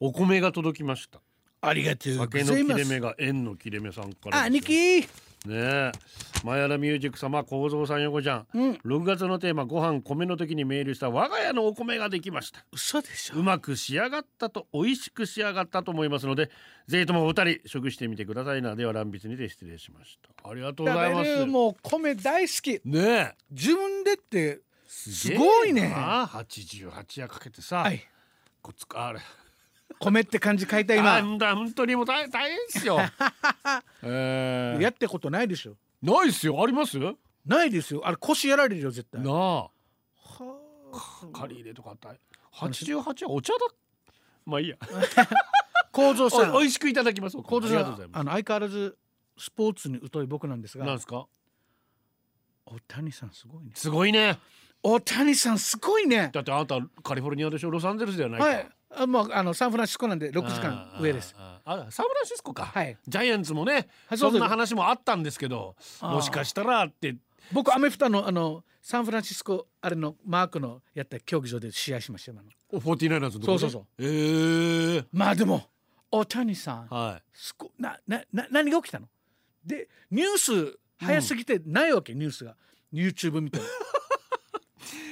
お米が届きましたありがとうご竹ざいのま切れ目す。が縁の切れ目さんから兄貴、ねえ前田ミュージック様構造さん横ちゃん、うん、 6月のテーマご飯米の時にメールした我が家のお米ができました嘘でしょう。まく仕上がったと美味しく仕上がったと思いますのでぜひともお二人食してみてくださいなでは乱筆にて失礼しましたありがとうございま食べするもう米大好き。ねえ自分でってすすごいねげえな88夜かけてさ、はいこつかあれ米って漢字書いたあ今。んだ本当にもう大大変です よ、えー、やってことないでしょ。ないですよありますなないですよ。あれ腰やられるよ絶対。あはあ借り入れとか大88はお茶だまあいいや構造さんお。美味しくいただきます構造ありさがとうございん。まあの相変わらずスポーツに疎い僕なんですすなんがで、すか大谷さんすごいね。すごいね大谷さんすごいね。だってあなたカリフォルニアでしょロサンゼルスではないか、はい。あもうあのサンフランシスコなんで6時間あー上です。あーあーサンフランシスコか、はい。ジャイアンツもねはいそんそなうです話もあったんですけどあーもしかしたらって僕アメフトのあのサンフランシスコあれのマークのやった競技場で試合しましたよ。今のおフォーティナイナーズのとこねそうそうえー、まあでも大谷さんはいすごななな何が起きたのでニュース早すぎてないわけ、ニュースが YouTube みた いな。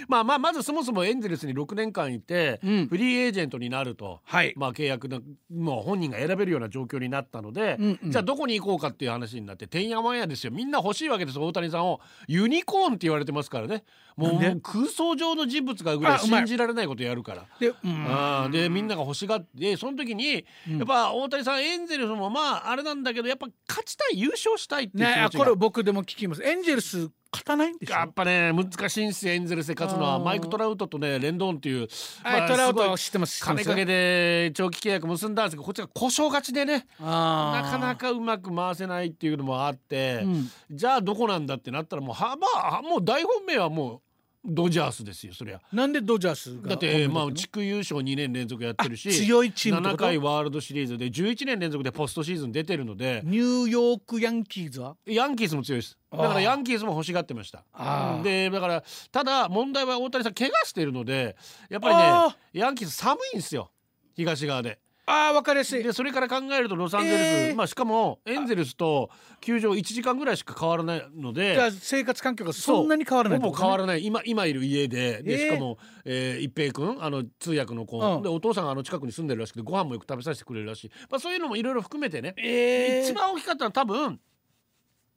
まあまあまずそもそもエンゼルスに6年間いて、うんフリーエージェントになると、はい。まあ、契約のもう本人が選べるような状況になったので、うんうんじゃあどこに行こうかっていう話になっててんやわんやですよみんな欲しいわけです大谷さんをユニコーンって言われてますからねもうなんでもう空想上の人物がぐらいあうまい信じられないことやるから。で、うんあーでみんなが欲しがってその時にうんやっぱ大谷さんエンゼルスもまああれなんだけどやっぱ勝ちたい優勝したいっていう気持ちねがあこれ僕でも聞きます。エンジェルス勝たないんでしょ。やっぱね難しいんですよエンゼルスで勝つのはあーマイク・トラウトとねレンドーンっていう、はい、まあトラウすごトい知ってます。知ってま金すかけで長期契約結んだんですけどこっちが故障勝ちでねななかな。かうまく回せないっていうのもあって、うんじゃあどこなんだってなったらもうはまあもう大本命はもうドジャースですよそりゃ。なんでドジャースがだってまあ本命だ地区優勝2年連続やってるしあ強いチームってこ7と回ワールドシリーズで11年連続でポストシーズン出てるのでったのニューヨークヤンキーズはヤンキースも強いですだかあらーヤンキースも欲しがってましたあーでだからただ問題は大谷さん怪我してるのでやっぱりあねヤンキース寒いんですよ東側でああ分かりやすい。でそれから考えるとロサンゼルス、えーまあ、しかもエンゼルスと球場1時間ぐらいしか変わらないのでじゃあ生活環境がそんなに変わらないってほこぼとね、変わらない今今いる家でで、えーしかも、えー一平君あの通訳の子、うんでお父さんがあの近くに住んでるらしくてご飯もよく食べさせてくれるらしい、まあ、そういうのもいろいろ含めてね、えー一番大きかったのは多分、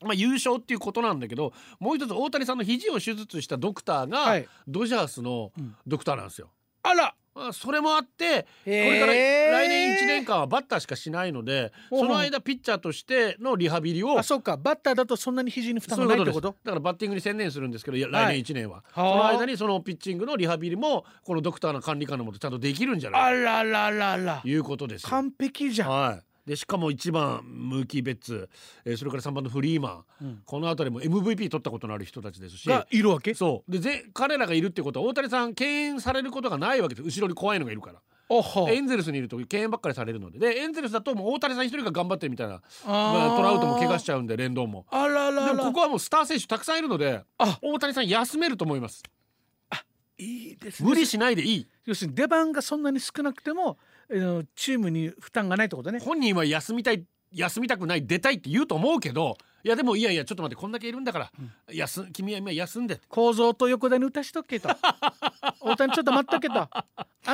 まあ、優勝っていうことなんだけどもう一つ大谷さんの肘を手術したドクターが、はいドジャースのうんドクターなんですよ。あらまあそれもあってここれから来年1年間はバッターしかしないので、ほうほそうの間ピッチャーとしてのリハビリをあそうかバッターだとそんなに肘に負担がないってことですだからバッティングに専念するんですけどいやはい来年1年は、あその間にそのピッチングのリハビリもこのドクターの管理下のもとちゃんとできるんじゃないあかららららということですよ完璧じゃん、はいでしかも1番ムーキー・ベッツ、えーそれから3番のフリーマン、うんこの辺りも MVP 取ったことのある人たちですしがいるわけそうでぜ彼らがいるってことは大谷さん敬遠されることがないわけです後ろに怖いのがいるからおほエンゼルスにいると敬遠ばっかりされるのででエンゼルスだともう大谷さん一人が頑張ってるみたいな、まあ、トラウトも怪我しゃちゃうんで連動もあらららでもここはもうスター選手たくさんいるのであ大谷さん休めると思いますいいですね無理しないでいい要するに出番がそんなに少なくてもあのチームに負担がないってことね本人は休みたい休みたくない出たいって言うと思うけどいやでもいやいやちょっと待ってこんだけいるんだから、休君は今休んで構造と横田に打たしと けと大谷ちょっと待っとけとあ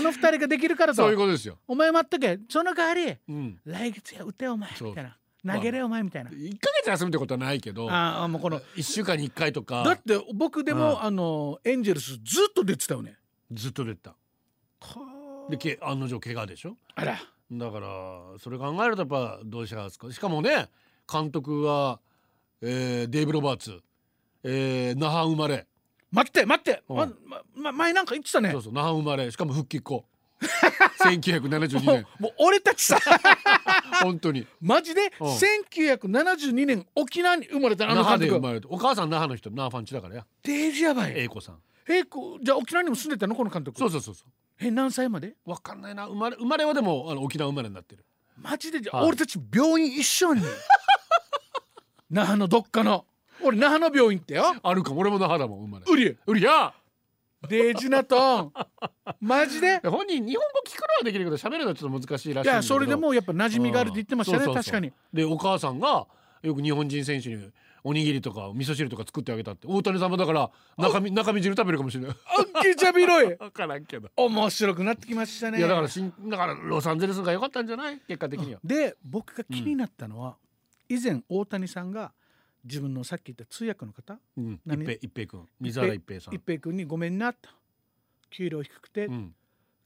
の二人ができるからとそういうことですよ、お前待っとけその代わりうん、来月や打てよお前そうみたいな投げれよお前みたいな1ヶ月休むってことはないけどああもうこの1週間に1回とだっかて僕でうんもあのエンジェルスずっと出てたよねずっと出てたでけ案の定怪我でしょあらだからそれ考えるとやっぱどうしますかしかもね監督は、えーデイブ・ロバーツ、えー那覇生まれ待って待ってうんままま前なんか言ってたねそうそう那覇生まれしかも復帰っ子 1972もう年もう俺た ちさ本当にマジでうん1972年沖縄に生まれたあ那の覇で監生督まれてお母さん那覇の人那覇ファンチだからやデイジやばい英子さんえこうじゃあ沖縄にも住んでたのこの監督そうそうそうそえ何歳までうわかんないな生まれ生まれはでもあの沖縄生まれになってるマジでじゃ、はい俺たち病院一緒に 那覇のどっかの俺那覇の病院ってよ あるかも俺も那覇だもん生まれウリうりゃデジナトンマジでで本人日本語聞くのはできるけど喋るのはちょっと難しいらしいんだいけどやそれでもうやっぱ馴染みがあるって言ってましたね、うんそうそうそう確かにでお母さんがよく日本人選手におにぎりとか味噌汁とか作ってあげたって大谷さんもだから中身中身汁食べるかもしれないあっけちゃびろい分からんけど、面白くなってきました ねいやだからしんだからロサンゼルスが良かったんじゃない結果的には、で僕が気になったのは、以前大谷さんが自分のさっき言った通訳の方うん、一何平一平君水原一平さん一平君に「ごめんな」と給料低くて、うん、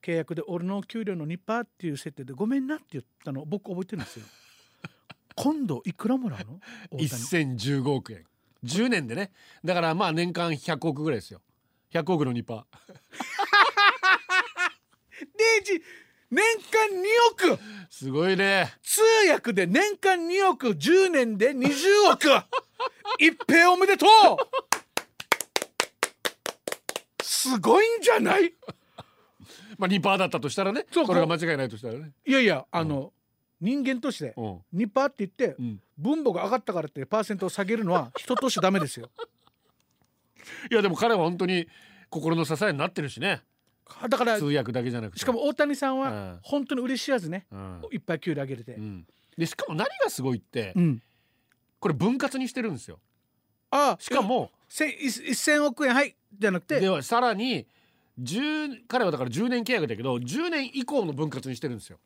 契約で俺の給料の2%っていう設定で「ごめんな」って言ったのを僕覚えてる んですよ今度いくらもらうの大谷1015億円10年でねだからまあ年間100億ぐらいですよ100億の2パデイジ年間2億ーすごいね通訳で年間2億10年で20億 一平おめでとうすごいんじゃないまあ2パーだったとしたらねそうこれが間違いないとしたらねいやいやあの、人間としてうん2%って言ってうん分母が上がったからってパーセントを下げる のは人としてダメですよいやでも彼は本当に心の支えになってるしねだから通訳だけじゃなくてしかも大谷さんうんは本当に嬉しいやつね、うんいっぱい給料上げれて、うんでしかも何がすごいって、うんこれ分割にしてるんですよああしかもせい1000億円はいじゃなくてではさらに10彼はだから10年契約だけど10年以降の分割にしてるんですよ、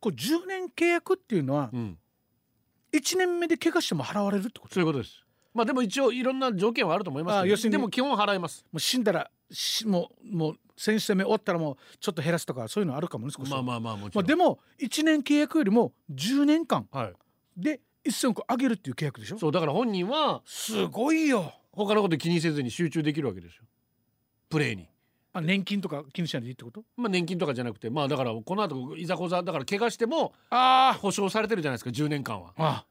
こう10年契約っていうのはうん、 1年目で怪我しても払われるってことそういうことですまあでも一応いろんな条件はあると思いますあけ要どするにでも基本払いますもう死んだらしもうもう選手攻め終わったらもうちょっと減らすとかそういうのあるかもね少し、まあままあまあもちあろん、でも1年契約よりも10年間はい、で1000億上げるっていう契約でしょそうだから本人はすごいよ他のこと気にせずに集中できるわけですよプレーに。あ年金とか気にしないでいいってことまあ、年金とかじゃなくてまあだからこの後いざこざだから怪我してもあ保証されてるじゃないですか10年間は。あ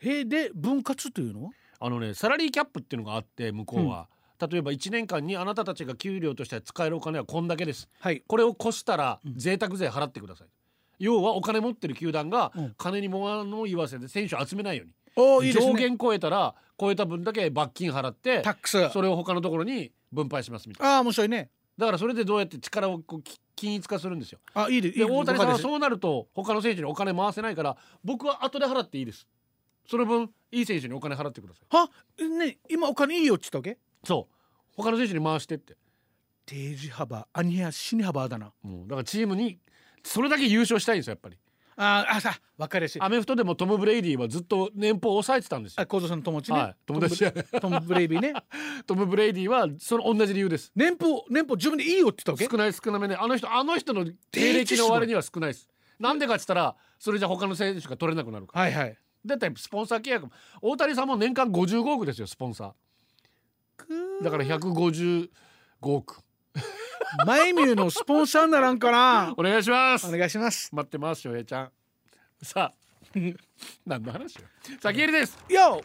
へえで分割というのはあのねサラリーキャップっていうのがあって向こうは、例えば1年間にあなたたちが給料として使えるお金はこんだけですはいこれを越したらうん贅沢税払ってください、要はお金持ってる球団がうん金に物を言わせて選手を集めないように、おーいいです上ね限超えたら超えた分だけ罰金払ってタックスあそれを他のところに分配しますみたいなあ面白いねだからそれでどうやって力をこうき均一化するんですよあいいでいいで大谷さんはうそうなると他の選手にお金回せないから僕は後で払っていいですその分いい選手にお金払ってくださいはね今お金いいよっちったわけそう他の選手に回してって定時幅アニア死に幅だなもうだからチームにそれだけ優勝したいんですよやっぱりあーあさ分かりやすいアメフトでもトム・ブレイディはずっと年俸を抑えてたんですよあ、小僧さんの友達ね。はい友達じゃないトムブトムブレイビー ね。トム・ブレイディはその同じ理由です年俸年俸自分でいいよって言ったわけ。少ない少なめねあの人あの人の経歴の割には少ないですなんでかっつったらそれじゃ他の選手が取れなくなるからはいはい。だってスポンサー契約も大谷さんも年間55億ですよスポンサーだから155億マイミューのスポンサーにならんかな。お願いしますお願いします。待ってますよへいちゃんさあ 何の話よ先入りですよ、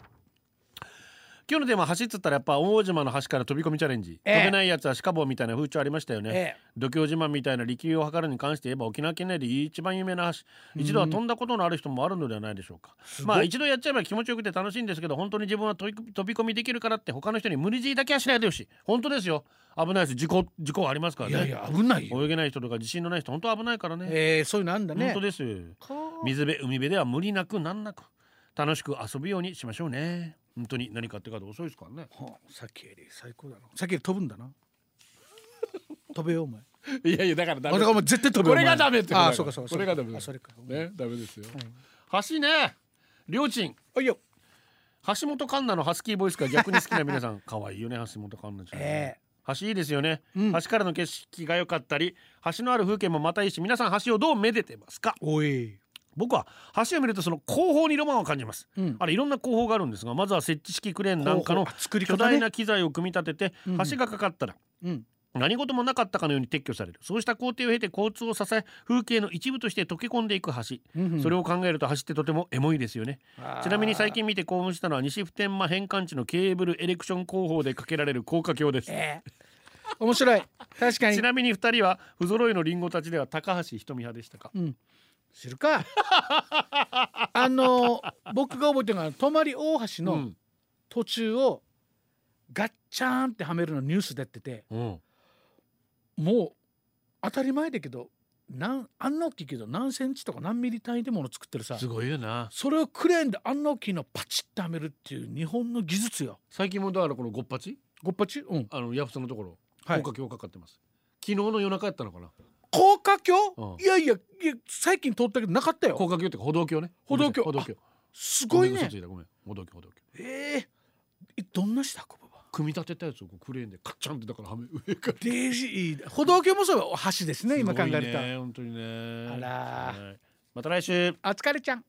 今日のテーマ橋っつったらやっぱ大島の橋から飛び込みチャレンジ、ええ飛べないやつは鹿棒みたいな風潮ありましたよね、ええ度胸自慢みたいな力量を測るに関して言えば沖縄県内で一番有名な橋一度は飛んだことのある人もあるのではないでしょうかまあ一度やっちゃえば気持ちよくて楽しいんですけど本当に自分は飛び飛び込みできるからって他の人に無理強いだけはしないでほしい本当ですよ危ないです事故事故ありますからいねやいや危ないよ。泳げない人とか自信のない人本当危ないからね、えー、そういうのあんだね。本当です水辺海辺では無理なくなんなく楽しく遊ぶようにしましょうね本当に何かって方遅いですからねはあさっきより最高だな。さっきより飛ぶん だな。飛べよお前。いやいやだからダあだからお前絶対飛べこよ。れがお前ダメってことだあからー、そうかそうか。これがダメだあそれか。ねダメですよ、橋ねりょうちんあいいよ。橋本環奈のハスキーボイスが逆に好きな皆さん 可愛いよね橋本環奈ちゃん、え橋いいですよね、うん橋からの景色が良かったり橋のある風景もまたいいし皆さん橋をどうめでてますかー、おい。僕は橋を見るとその後方にロマンを感じます、うんあれいろんな工法があるんですがまずは設置式クレーンなんかの工法あ作り巨方ね大な機材を組み立ててうん橋がかかったらうん。何事もなかったかのように撤去されるそうした工程を経て交通を支え風景の一部として溶け込んでいく橋、うんうんそれを考えると橋ってとてもエモいですよねちなみに最近見て興奮したのは西普天間変換地のケーブルエレクション工法でかけられる高架橋ですえー、面白い。確かにち。なみに二人は不揃いのリンゴたちでは高橋ひとみ派でしたか知るかあの僕が覚えてるのは泊大橋うのん途中をガッチャーンってはめるのニュースでやっててうんもう当たり前だけどなんあんな大きいけど何センチとか何ミリ単位でもの作ってるさすごいよなそれをクレーンであんな大きいのパチッとはめるっていう日本の技術よ最近もだからこのごっぱちごっぱちうんあのヤフさのところはい高架橋かかってます、昨日の夜中やったのかな高架橋、うんいやいやいや最近通ったけどなかったよ高架橋っていうか歩道橋ね歩道橋ごめんなさい歩道橋すすごいねついたごめん歩道橋歩道橋ええいどんな下運ぶば組み立てたやつをこうクレーンでカッチャンってだからはめ上から デージーいい歩道橋もそうよお橋ですね今考えるすと、ごいね本当にねあらーはいまた来週お疲れちゃん